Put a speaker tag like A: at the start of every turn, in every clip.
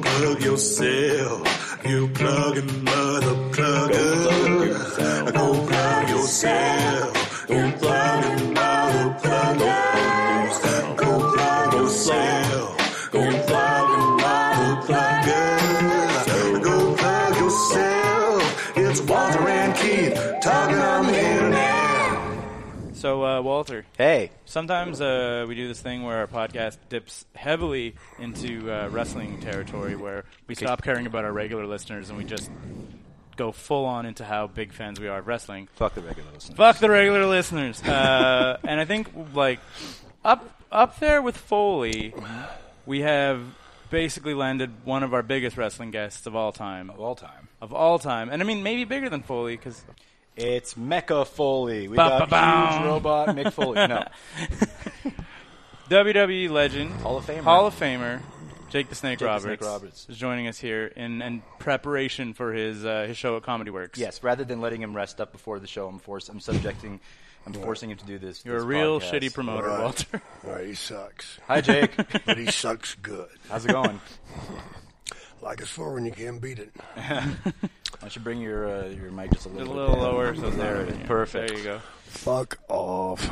A: plug yourself. You plugging mother plugger. Go plug yourself. You plugging mother plugger. Go plug yourself. You plugging mother plugger. Go plug yourself. It's Walter and Keith talking on the internet.
B: So, uh, Walter,
C: Hey.
B: sometimes uh, we do this thing where our podcast dips heavily into uh, wrestling territory where we stop caring about our regular listeners and we just go full on into how big fans we are of wrestling.
C: Fuck the regular listeners.
B: Fuck the regular listeners. Uh, and I think, like, up, up there with Foley, we have basically landed one of our biggest wrestling guests of all time.
C: Of all time.
B: Of all time. And I mean, maybe bigger than Foley because
C: It's Mecha Foley. We got
B: Ba-ba-boom.
C: huge robot Mick Foley. No.
B: WWE E legend,
C: Hall of Famer.
B: Hall of Famer, Jake the Snake,
C: Jake the
B: Roberts,
C: Snake Roberts.
B: is joining us here in, in preparation for his uh, his show at Comedy Works.
C: yes, rather than letting him rest up before the show, I'm force I'm subjecting I'm forcing him to do this.
B: you're a
C: this
B: real
C: podcast.
B: shitty promoter,
D: Right.
B: Walter.
D: Right, he sucks.
C: Hi Jake.
D: But he sucks good.
C: How's it going?
D: Like it's for when you can't beat it.
C: I should bring your uh, your mic just
B: a
C: a little, bit
B: little
C: down.
B: lower, so it's
C: There
B: not in
C: it is.
B: here.
C: Perfect.
B: There you go.
D: Fuck off.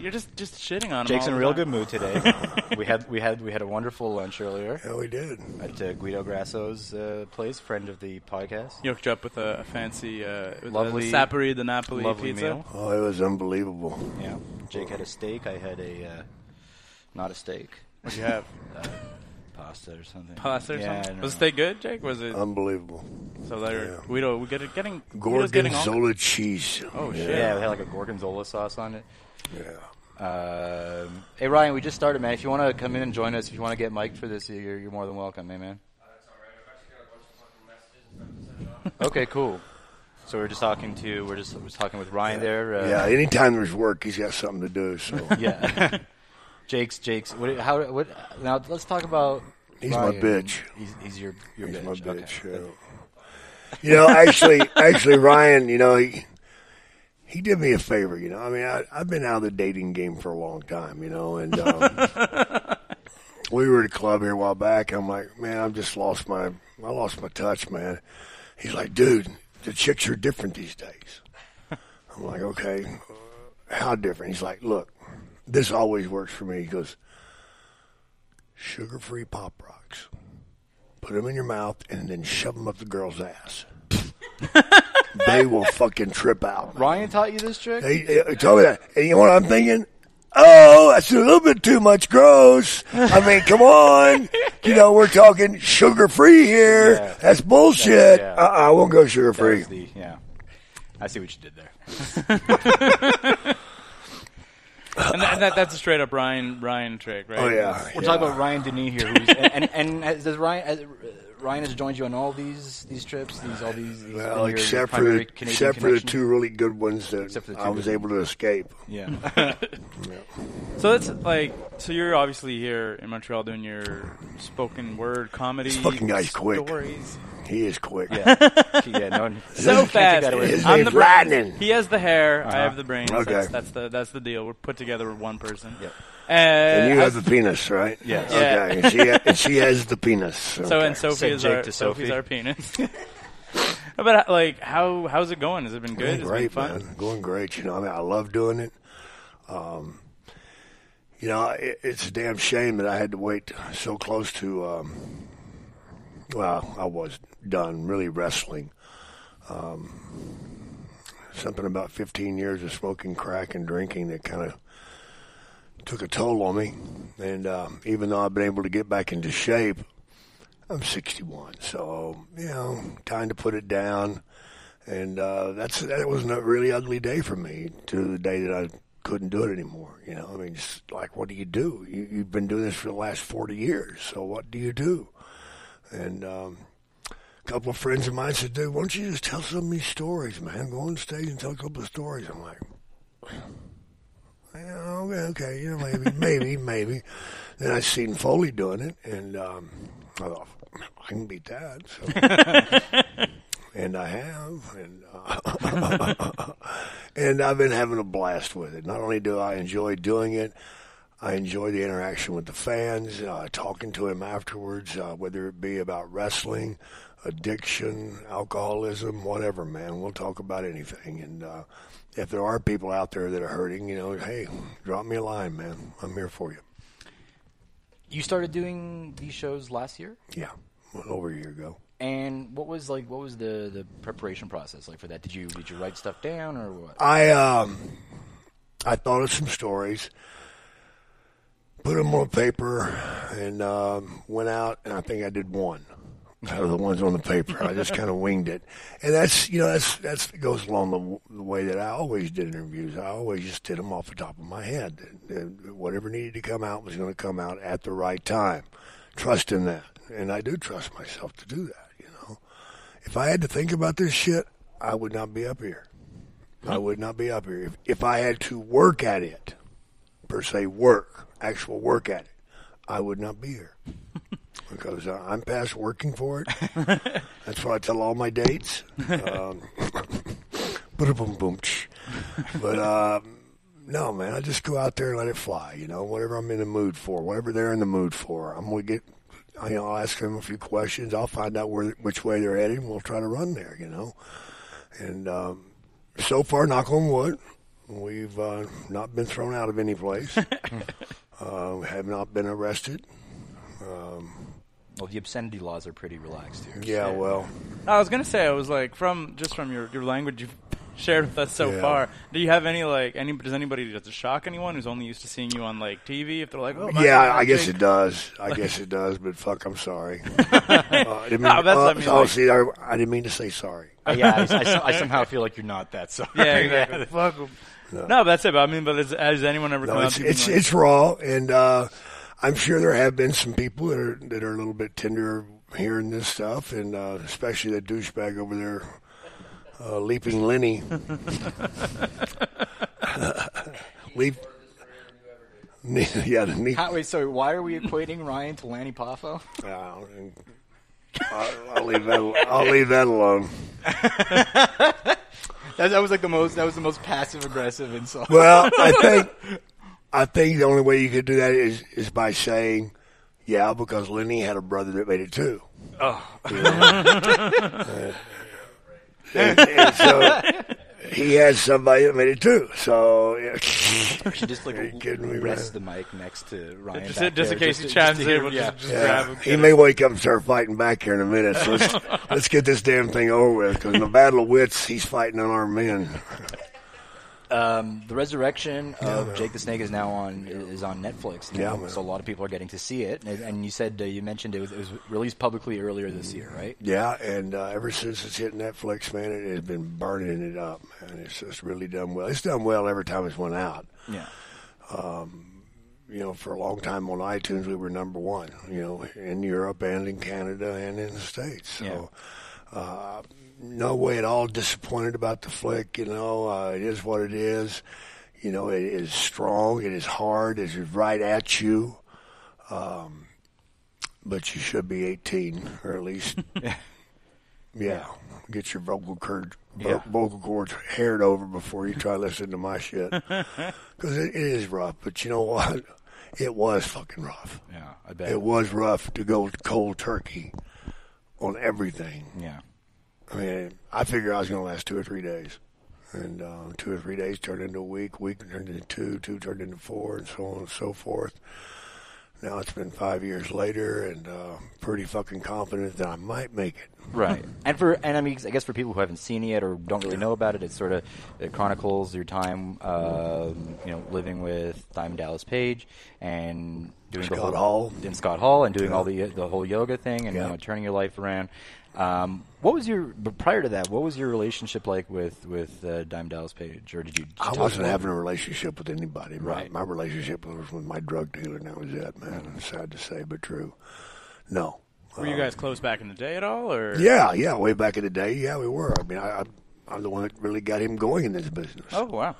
B: You're just just shitting on him.
C: Jake's
B: all
C: in a
B: the
C: real
B: time.
C: good mood today. we had we had we had a wonderful lunch earlier
D: Yeah, we did.
C: at uh, Guido Grasso's uh, place, friend of the podcast.
B: You hooked you up with a, a fancy, uh, with
C: Lovely-
B: a Sapori the Napoli
C: Lovely
B: pizza.
C: meal.
D: Oh, it was unbelievable.
C: Yeah. Jake had a steak. I had a uh, not a steak,
B: What do you have?
C: pasta or something.
B: Pasta or
C: yeah, I
B: something?
C: don't
B: Was
C: know. Um,
B: it good, Jake? Was it?
D: Unbelievable.
B: so there,
D: yeah.
B: Guido, we get it getting Guido's getting all-
D: Gorgonzola cheese.
B: Oh shit!
C: Yeah, they had like a gorgonzola sauce on it.
D: Yeah.
C: Um, hey Ryan, we just started, man. If you want to come in and join us, if you want to get mic'd for this, you're, you're more than welcome, hey, man. Okay, cool. So we're just talking to we're just we're talking with Ryan there. Uh,
D: Yeah, anytime there's work, he's got something to do. So
C: yeah. Jake's Jake's. What, how? What? Now let's talk about.
D: He's my
C: Ryan.
D: bitch.
C: He's, he's your your
D: he's
C: bitch.
D: my
C: Okay.
D: bitch. yeah. You know, actually, actually, Ryan, you know, he, he did me a favor. You know, I mean, I, I've been out of the dating game for a long time. You know, and um, we were at a club here a while back. I'm like, man, I've just lost my, I lost my touch, man. He's like, dude, the chicks are different these days. I'm like, okay, how different? He's like, look, this always works for me. He goes, sugar-free pop rocks put them in your mouth, and then shove them up the girl's ass. they will fucking trip out.
C: Ryan taught you this trick.
D: They, they told me that. And you know what I'm thinking? Oh, that's a little bit too much gross. I mean, come on. You know, we're talking sugar free here.
C: Yeah.
D: That's bullshit.
C: That's- yeah.
D: Uh-uh, I won't go sugar
C: That
D: free.
C: was the- yeah. I see what you did there.
B: And, that, and that, that's a straight up Ryan Ryan trick, right?
D: Oh, yeah.
C: We're
D: yeah.
C: talking about Ryan Denis here, who's, and, and and as- does Ryan as, uh, Ryan has joined you on all these these trips, these all these. these
D: Well,
C: your
D: Uh, except for,
C: primary
D: the,
C: Canadian
D: except for the
C: connection?
D: two really good ones that
C: Except for the two
D: I was
C: good
D: able to escape.
C: Yeah,
B: So that's like, so you're obviously here in Montreal doing your spoken word comedy.
D: This fucking guy's quick.
B: stories.
D: He is quick.
C: yeah, yeah. No, one-
B: So
C: you can't take
B: fast.
C: that away.
D: His
B: I'm
D: name's
B: the brain.
D: Lightning. Uh-huh.
B: He has the hair. I have the brains.
D: Okay.
B: That's, that's the that's the deal. We're put together with one person.
C: Yep.
B: Uh,
D: And you
B: I-
D: have the penis, right?
C: Yes.
B: Yeah.
D: Okay. And she, ha- and she has the penis.
B: so
D: Okay.
B: and Sophie
C: Send
B: is
C: Jake
B: our
C: to
B: Sophie's
C: Sophie.
B: our penis. but uh, like, how how's it going? Has it been good?
D: Going
B: Has it been
D: great,
B: fun?
D: man. Going great. You know, I mean, I love doing it. Um, you know, it, it's a damn shame that I had to wait so close to. Um, well, I was done really wrestling. Um, something about 15 years of smoking crack and drinking that kind of took a toll on me. And um, even though I've been able to get back into shape, I'm 61, so you know, time to put it down and uh, that's that was a really ugly day for me to the day that I couldn't do it anymore. You know, I mean, it's like, what do you do? You, you've been doing this for the last forty years, so what do you do? And um, couple of friends of mine said, "Dude, why don't you just tell some of these stories, man? Go on stage and tell a couple of stories." I'm like, "Yeah, "Okay, okay, you know, maybe, maybe, maybe." Then I seen Foley doing it, and um, I thought, "I can beat that." So. and I have, and uh, and I've been having a blast with it. Not only do I enjoy doing it, I enjoy the interaction with the fans, uh, talking to him afterwards, uh, whether it be about wrestling, addiction, alcoholism, whatever, man. We'll talk about anything. And uh, if there are people out there that are hurting, you know, hey, drop me a line, man. I'm here for you.
C: You started doing these shows last year,
D: Yeah, well, over a year ago.
C: and what was like? What was the the preparation process like for that? Did you did you write stuff down or what?
D: I um, I thought of some stories, put them on paper, and um, went out and I think I did one out of the ones on the paper. I just kind of winged it, and that's you know that's that's it goes along the, w- the way that I always did interviews. I always just did them off the top of my head. And whatever needed to come out was going to come out at the right time. Trust in that, and I do trust myself to do that. You know, if I had to think about this shit, I would not be up here. I would not be up here if, if I had to work at it, per se, work, actual work at it. I would not be here because uh, I'm past working for it. That's why I tell all my dates. Um, boom, boom, but um, no, man, I just go out there and let it fly. You know, whatever I'm in the mood for, whatever they're in the mood for, I'm gonna get. I, you know, I'll ask them a few questions. I'll find out where which way they're heading. We'll try to run there. You know, and um, so far, knock on wood, we've uh, not been thrown out of any place. uh, we have not been arrested.
C: Well, the obscenity laws are pretty relaxed here.
D: Yeah, well,
B: I was gonna say, I was like, from just from your, your language you've shared with us so
D: Yeah.
B: far, do you have any like any does anybody does it shock anyone who's only used to seeing you on like TV if they're like, oh, my
D: yeah,
B: God,
D: I guess
B: Jake-
D: it does. I guess it does. But fuck, I'm sorry. Uh, I didn't mean,
B: No, that's what I
D: uh,
B: mean,
D: oh,
B: like-
D: see, I, I didn't mean to say sorry.
C: Uh, yeah, I, I so- I somehow feel like you're not that. So
B: Yeah, exactly. Fuck 'em. No. but that's it. But I mean, but is, has anyone ever
D: No,
B: come out
D: it's
B: to you?
D: it's,
B: and, like,
D: it's raw, and uh, I'm sure there have been some people that are that are a little bit tender hearing this stuff, and uh, especially that douchebag over there, uh, leaping Lenny. Leap. yeah, the knee.
C: How, wait, so why are we equating Ryan to Lanny Poffo?
D: Uh, I'll, I'll leave that. I'll leave that alone.
C: That, that was like the most. That was the most passive aggressive insult.
D: Well, I think I think the only way you could do that is is by saying, "Yeah," because Lenny had a brother that made it too. Oh, and, and so he had somebody that made it too. So yeah.
C: She just like
D: you kidding me,
C: rests the mic next to Ryan.
B: just,
C: back
B: just in
C: there,
B: case he
C: just to- just
B: chimes
C: to
B: in,
C: hear-
B: we'll
C: yeah.
B: just, just
D: Yeah.
B: grab him.
D: he may wake up and start fighting back here in a minute. So let's, let's get this damn thing over with because in the battle of wits, he's fighting unarmed men.
C: The resurrection of Jake the Snake is now on is on Netflix. now,
D: Yeah, man.
C: so a lot of people are getting to see it. And, and you said uh, you mentioned it was, it was released publicly earlier this year, right?
D: Yeah, and uh, ever since it's hit Netflix, man, it has been burning it up, man. It's just really done well. It's done well every time it's went out.
C: Yeah.
D: You know, for a long time on iTunes, we were number one. You know, in Europe and in Canada and in the states. So, uh, no way at all disappointed about the flick. You know, uh, it is what it is. You know, it is strong. It is hard. It is right at you. Um, but you should be 18 or at least Yeah, get your vocal cord, vo- vocal cords haired over before you try listening to my shit because it, it is rough. But you know what? It was fucking rough.
C: Yeah, I bet.
D: It was rough to go cold turkey on everything.
C: yeah.
D: I mean, I figured I was going to last two or three days, and uh, two or three days turned into a week, week turned into two, two turned into four, and so on and so forth. Now it's been five years later, and uh, pretty fucking confident that I might make it.
C: Right. and for and I mean, I guess for people who haven't seen it or don't really know about it, it sort of it chronicles your time, um, you know, living with Diamond Dallas Page and doing the
D: Scott
C: whole,
D: Hall.
C: and Scott Hall and doing all the the whole yoga thing and you
D: Yeah.
C: know, turning your life around. Um, what was your but prior to that? What was your relationship like with with uh, Diamond Dallas Page, or did you?
D: I
C: talk
D: wasn't
C: about-
D: having a relationship with anybody. My,
C: Right.
D: my relationship was with my drug dealer, and that was it, man. Sad to say, but true. No,
B: Were you guys close back in the day at all, or
D: Yeah, yeah, way back in the day, yeah, we were. I mean, I, I'm, I'm the one that really got him going in this business.
B: Oh wow.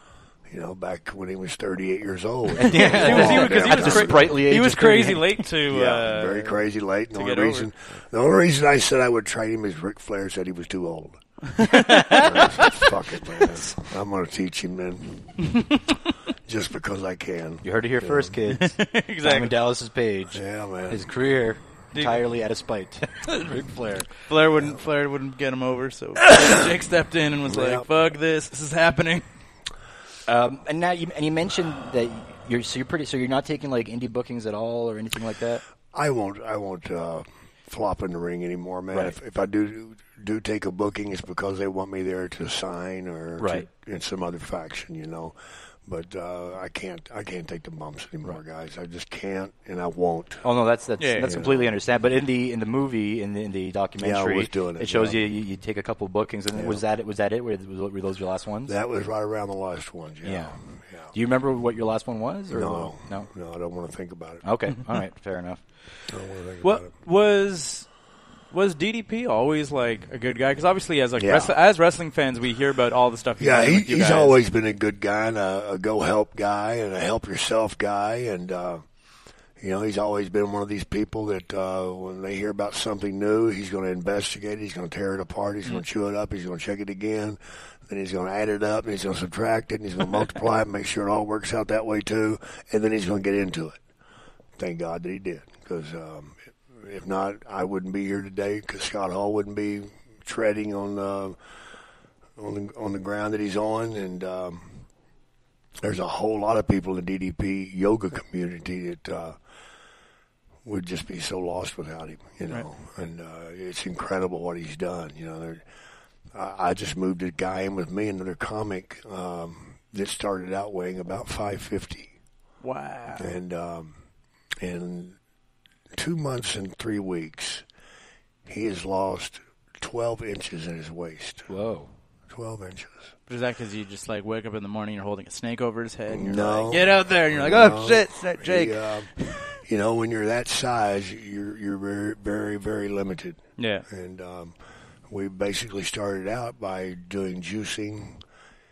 D: You know, back when he was 38 years old.
B: He was, he was, 'cause he
C: At
B: was
C: the
B: cra-
C: sprightly
B: he
C: age
B: was
C: of 38.
B: crazy late to.
D: Yeah,
B: uh,
D: very crazy late. The only
B: get over
D: reason, the only reason I said I would trade him is Ric Flair said he was too old. Fuck it, man. I'm gonna teach him, man. Just because I can.
C: You heard it here first, kids. Diamond
B: Exactly.
C: Dallas's page.
D: Yeah, man.
C: His career entirely out of spite. Ric Flair.
B: Flair wouldn't. Flair wouldn't get him over. So Jake stepped in and was
D: Yeah.
B: like, "Fuck this! This is happening."
C: Um, and now, you, and you mentioned that you're so you're pretty. So you're not taking like indie bookings at all or anything like that.
D: I won't. I won't uh, flop in the ring anymore, man.
C: Right.
D: If, if I do do take a booking, it's because they want me there to sign or to-
C: Right.
D: in some other faction, you know. But uh, I can't. I can't take the bumps anymore, guys. I just can't, and I won't.
C: Oh no, that's that's
B: Yeah, yeah,
C: that's
B: yeah.
C: completely understandable. But in the in the movie, in the, in the documentary,
D: was doing it,
C: shows
D: yeah.
C: you, you you take a couple bookings, and was that it? Was that it? Were, were those your last ones?
D: That was right around the last one. Yeah.
C: Yeah.
D: Yeah.
C: Do you remember what your last one was? Or
D: No,
C: no.
D: no, I don't want to think about it.
C: Okay, all right, fair enough.
D: I don't want to think
B: What
D: about it.
B: was was DDP always like a good guy? Because obviously, as like
D: Yeah.
B: wrestl- as wrestling fans, we hear about all the stuff.
D: Yeah,
B: done
D: he,
B: with you
D: he's
B: guys.
D: always been a good guy and a, a go help guy and a help yourself guy, and uh, you know he's always been one of these people that uh, when they hear about something new, he's going to investigate. He's going to tear it apart. He's
B: Mm.
D: going to chew it up. He's going to check it again. Then he's going to add it up and he's going to subtract it and he's going to multiply it, and make sure it all works out that way too, and then he's going to get into it. Thank God that he did, because um, if not, I wouldn't be here today. Because Scott Hall wouldn't be treading on. Uh, on the, on the ground that he's on, and um, there's a whole lot of people in the DDP yoga community that uh, would just be so lost without him, you know. And uh, it's incredible what he's done, you know. There- I, I just moved a guy in with me, another comic um, that started out weighing about five fifty
B: wow.
D: and um, in two months and three weeks, he has lost twelve inches in his waist.
C: Whoa.
D: Twelve inches.
B: Is that because you just like wake up in the morning, you're holding a snake over his head, and you're
D: No.
B: like, "Get out there!" And you're like, "Oh
D: No.
B: shit, snake, Jake."
D: He, um, you know, when you're that size, you're you're very very very limited,
B: yeah.
D: and um, we basically started out by doing juicing.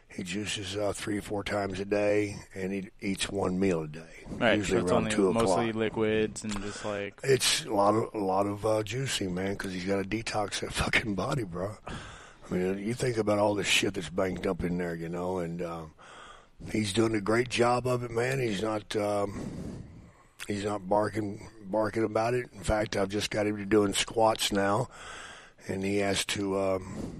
D: He juices uh, three or four times a day, and he eats one meal a day,
B: Right, so
D: usually
B: it's
D: around
B: only
D: two o'clock.
B: mostly liquids and just like
D: It's a lot of a lot of uh, juicing, man, because he's got to detox that fucking body, bro. I mean, you think about all this shit that's banked up in there, you know, and um, he's doing a great job of it, man. He's not um, he's not barking barking about it. In fact, I've just got him to doing squats now, and he has to um,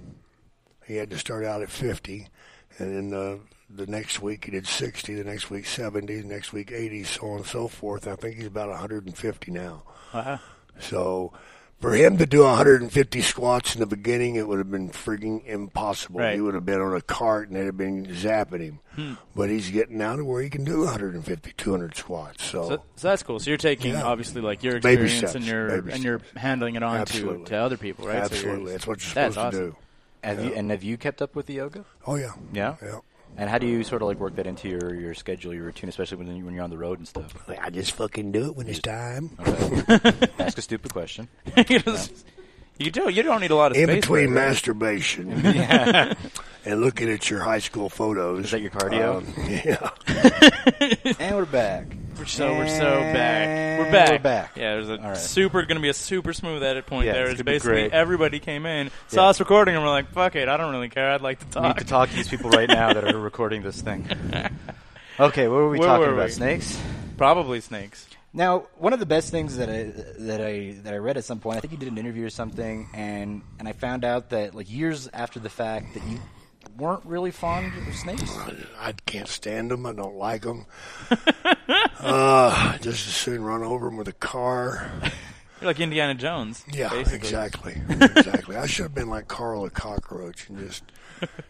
D: he had to start out at fifty, and then the the next week he did sixty, the next week seventy, the next week eighty, so on and so forth. I think he's about hundred and fifty now.
B: uh
D: So for him to do 150 squats in the beginning, it would have been freaking impossible.
B: Right. Hmm.
D: He would have been on a cart and they'd have been zapping him. But he's getting out of where he can do 150, 200 squats. So,
B: So, so that's cool. So you're taking
D: Yeah.
B: obviously like your
D: Baby
B: experience
D: steps,
B: and your
D: baby
B: and you're handling it on to,
D: Absolutely.
B: to other people, right? So you're-
D: absolutely, that's what you're
B: That's
D: supposed to
B: awesome.
D: do.
C: Have you, and have you kept up with the yoga?
D: Oh yeah,
C: Yeah?
D: yeah.
C: And how do you sort of like work that into your, your schedule, your routine, especially when, you- when you're on the road and stuff?
D: I just fucking do it when it's time.
C: Ask a stupid question.
B: you, just- you do. You don't need a lot of
D: In
B: space
D: between
B: for it, right?
D: masturbation and looking at your high school photos,
C: Is that your cardio?
D: um, yeah.
C: and we're back.
B: So we're so back. We're
C: And
B: back.
C: we're back.
B: Yeah, there's a
C: All right.
B: super going to be a super smooth edit point
C: Yeah,
B: there.
C: it's
B: It's
C: gonna be
B: basically
C: great.
B: everybody came in, saw us recording, and we're like, "Fuck it, I don't really care. I'd like to
C: I
B: talk."
C: need to talk to these people right now that are recording this thing. Okay, what were we
B: Where
C: talking
B: were
C: about?
B: we?
C: Snakes.
B: Probably snakes.
C: Now, one of the best things that I that I that I read at some point, I think you did an interview or something, and and I found out that like years after the fact that you weren't really fond of snakes.
D: I can't stand them. I don't like them. uh, just as soon run over them with a car.
B: You're like Indiana Jones.
D: Yeah,
B: basically.
D: exactly, exactly. I should have been like Carl the cockroach and just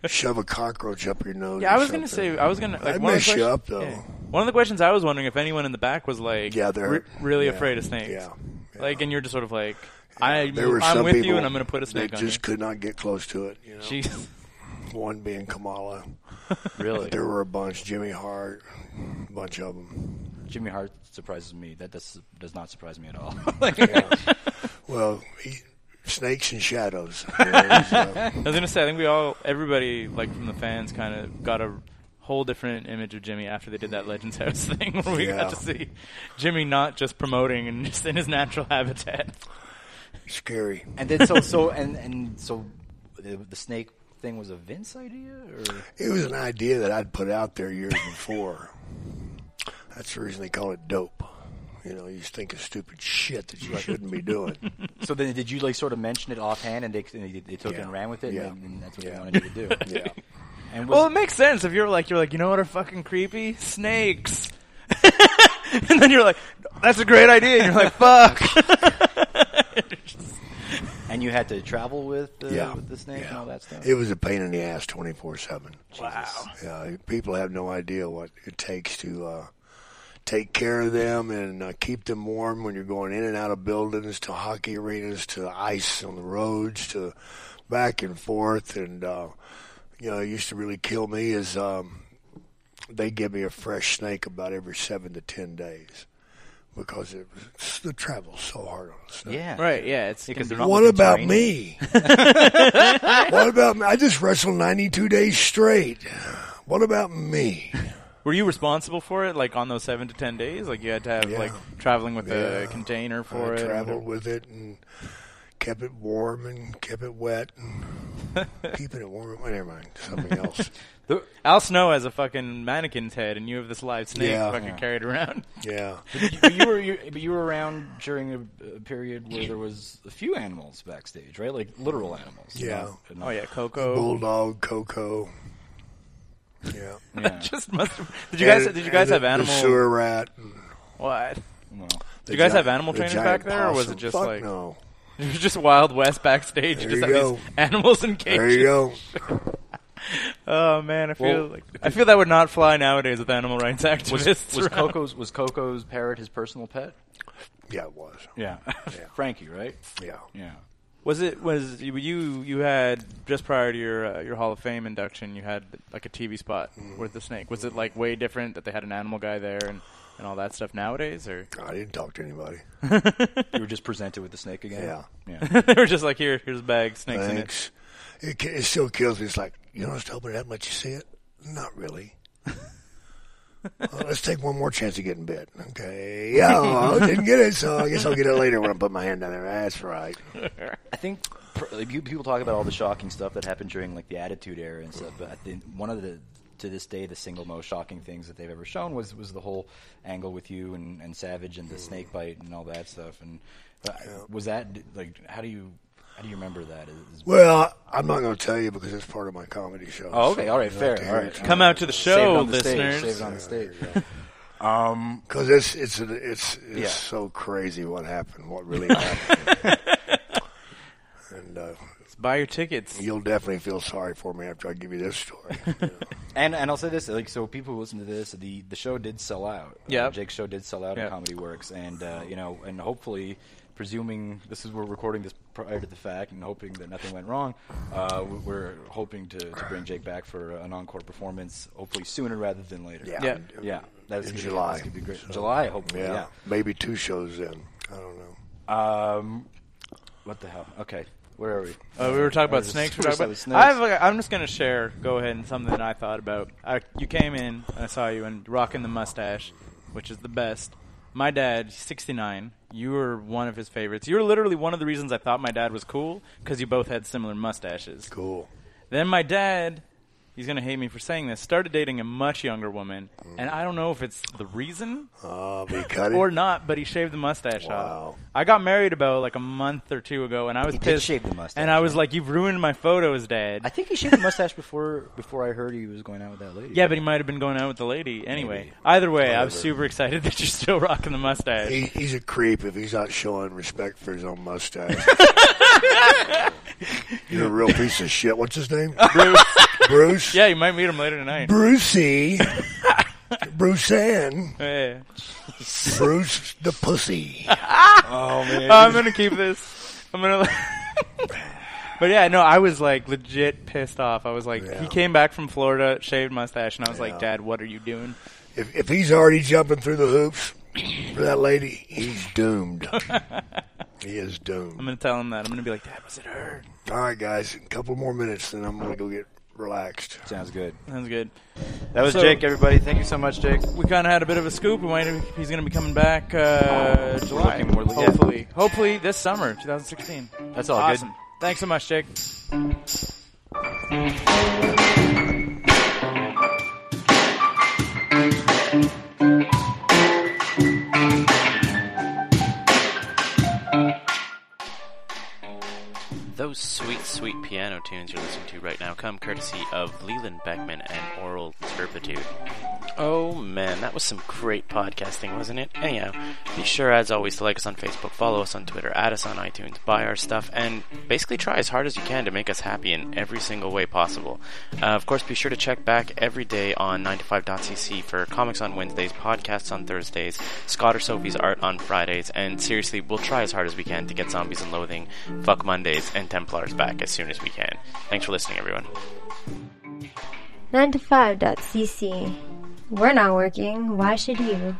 D: shove a cockroach up your nose.
B: Yeah, I
D: or
B: was gonna
D: something.
B: say I was gonna. Like,
D: I'd
B: one of the
D: mess you
B: question-
D: up, though.
B: yeah. One of the questions I was wondering if anyone in the back was like,
D: Yeah, they're-
B: re- really
D: yeah,
B: afraid of snakes.
D: yeah, yeah.
B: Like, and you're just sort of like, I,
D: There were
B: I'm
D: some
B: with
D: people
B: you, and I'm gonna put a snake
D: that
B: on
D: just could not get close to it. You know,
B: you. Jeez.
D: one being Kamala.
C: Really,
D: There were a bunch. Jimmy Hart, a bunch of them.
C: Jimmy Hart surprises me. That does does not surprise me at all.
D: Well, he, snakes and shadows. you know, so.
B: I was gonna say, I think we all, everybody, like from the fans, kind of got a whole different image of Jimmy after they did that Legends House thing, where we
D: Yeah.
B: got to see Jimmy not just promoting and just in his natural habitat.
D: Scary.
C: And then so so and and so the, the snake thing was a Vince idea or
D: It was an idea that I'd put out there years before. That's the reason they call it dope. You know, you just think of stupid shit that you shouldn't be doing.
C: so then did you like sort of mention it offhand and they they, they took it
D: Yeah.
C: and ran with it
D: Yeah.
C: and, and that's what they
D: Yeah.
C: wanted you to do.
D: Yeah.
C: And was,
B: Well, it makes sense if you're like, you're like, you know what are fucking creepy snakes. and then you're like, that's a great idea. And you're like, fuck.
C: and you had to travel with uh,
D: Yeah.
C: with the snake and
D: Yeah.
C: all that stuff.
D: It was a pain in the ass 24 7.
B: Wow.
D: Yeah, people have no idea what it takes to uh, take care of them and uh, keep them warm when you're going in and out of buildings to hockey arenas to ice on the roads to back and forth. And, uh, you know, it used to really kill me is um, they give me a fresh snake about every seven to 10 days because it was, the travel's so hard on a snake.
C: yeah.
B: Right, yeah. It's because
C: they're
B: they're not.
C: not-
D: What
C: with the
D: about
C: terrain.
D: me? what about me? I just wrestled 92 days straight. What about me?
B: Were you responsible for it, like on those seven to ten days? Like you had to have
D: Yeah.
B: like traveling with
D: Yeah.
B: a container for
D: I
B: it.
D: traveled with it and kept it warm and kept it wet and keeping it warm. Well, never mind, something else.
B: Al Snow has a fucking mannequin's head, and you have this live snake
D: Yeah.
B: fucking
D: Yeah.
B: carried around.
D: Yeah,
C: but you were you, but you were around during a, a period where there was a few animals backstage, right? Like literal animals.
D: Yeah.
C: Not- not-
B: Oh yeah, Coco.
D: bulldog, Coco. Yeah.
C: yeah.
B: Just must. Have, did you guys?
D: And-
B: Did you guys
D: and
B: have
D: the-
B: animal?
D: The sewer rat. and
B: What?
C: Well,
D: the
B: you guys
D: gi-
B: have animal
D: the
B: trainers
D: giant
B: back there, or was it
D: possum.
B: just
D: Fuck
B: like-
D: no?
B: It was just Wild West backstage.
D: There
B: just
D: you
B: have
D: go.
B: these animals in cages.
D: There you go.
B: Oh man, I feel
C: Well,
B: like I feel that would not fly nowadays with animal rights
C: was,
B: activists.
C: was
B: around.
C: Coco's was Coco's parrot his personal pet?
D: Yeah, it was.
C: Yeah. Frankie, right?
D: Yeah.
C: Yeah.
B: Was it was you you had just prior to your uh, your Hall of Fame induction? You had like a TV spot
D: Mm.
B: with the snake. Was it like way different that they had an animal guy there and, and all that stuff nowadays, or
D: I didn't talk to anybody.
C: You were just presented with the snake again.
D: Yeah.
C: Yeah.
B: they were just like here here's a bag snakes in it?
D: Thanks. It, ca- it still kills me. It's like, you know, just open it up and let you see it. Not really. well, let's take one more chance to get in bed. Okay. Yeah, well, I didn't get it, so I guess I'll get it later when I put my hand down there. That's right.
C: I think pr- like, you- people talk about all the shocking stuff that happened during like the Attitude Era and stuff, but I think one of the to this day the single most shocking things that they've ever shown was was the whole angle with you and, and Savage and the snake bite and all that stuff. And uh, was that like how do you how do you remember that? Is, is-
D: Well, I'm not going to tell you because it's part of my comedy show.
C: oh, okay, all right,
D: You'll
C: fair.
D: have to
C: All
D: hear
C: right,
D: it.
B: Come out to the
C: Save it
B: show,
C: on the stage.
B: listeners.
C: Save it on the stage.
D: Because it's it's an- it's it's
C: Yeah.
D: so crazy what happened, what really happened, and uh,
B: Buy your tickets.
D: you'll definitely feel sorry for me after I give you this story.
C: And and I'll say this, like so people who listen to this, the the show did sell out.
B: Yep.
C: Uh, Jake's show did sell out
B: Yep.
C: in Comedy Works and uh, you know, and hopefully presuming this is we're recording this prior to the fact and hoping that nothing went wrong, uh, we- we're hoping to, to bring Jake back for an encore performance, hopefully sooner rather than later.
B: Yeah.
C: Yeah. That's
D: In
C: gonna be-
D: July.
C: that's gonna be great.
D: So-
C: July, hopefully.
D: Yeah,
C: Yeah.
D: maybe two shows in. I don't know.
C: Um what the hell? Okay. Where are we?
B: Uh, we were talking
C: Or
B: about
C: just-
B: snakes. We
C: we're
B: were talking about.
C: just
B: I
C: talking
B: have, like, I'm just going to share. Go ahead and something that I thought about. I, you came in. I saw you and rocking the mustache, which is the best. My dad, 69. You were one of his favorites. You were literally one of the reasons I thought my dad was cool because you both had similar mustaches.
D: Cool.
B: Then my dad, he's going to hate me for saying this, started dating a much younger woman, and I don't know if it's the reason
D: Uh, we cut it.
B: or not, but he shaved the mustache
D: Wow.
B: off. I got married about like a month or two ago, and I was
C: He did
B: pissed.
C: shave the mustache,
B: and I was
C: right?
B: like, "You've ruined my photos, Dad."
C: I think he shaved the mustache before before I heard he was going out with that lady.
B: yeah, but he might have been going out with the lady anyway. Either way, I was super excited that you're still rocking the mustache.
D: He, he's a creep if he's not showing respect for his own mustache. You're a real piece of shit. What's his name? Bruce. Bruce.
B: yeah, you might meet him later tonight.
D: Brucey. Bruce Ann.
B: Hey.
D: Bruce the pussy.
C: Oh man.
B: I'm gonna keep this. I'm gonna. but yeah, no, I was like legit pissed off. I was like,
D: Yeah.
B: he came back from Florida, shaved mustache, and I was like,
D: Yeah.
B: Dad, what are you doing?
D: If, if he's already jumping through the hoops for that lady, he's doomed. He is doomed.
B: I'm gonna tell him that. I'm gonna be like, Dad, was it her?
D: All right, guys, a couple more minutes, then I'm gonna go get relaxed.
C: Sounds good.
B: Sounds good.
C: That was
B: So-
C: Jake, everybody. Thank you so much, Jake.
B: We kind of had a bit of a scoop. We might he's gonna be coming back uh, July,
C: Looking more- yeah.
B: hopefully, hopefully this summer, 2016.
C: That's all
B: awesome.
C: good.
B: Thanks so much, Jake.
E: Those sweet, sweet piano tunes you're listening to right now come courtesy of Leland Beckman and Oral Turpitude. Oh man, that was some great podcasting, wasn't it? Anyhow, be sure as always to like us on Facebook, follow us on Twitter, add us on iTunes, buy our stuff, and basically try as hard as you can to make us happy in every single way possible. Uh, of course, be sure to check back every day on 9to5.cc for comics on Wednesdays, podcasts on Thursdays, Scott or Sophie's art on Fridays, and seriously, we'll try as hard as we can to get Zombies and Loathing, Fuck Mondays, and Templars back as soon as we can. Thanks for listening, everyone.
F: 9to5.cc. We're not working. Why should you?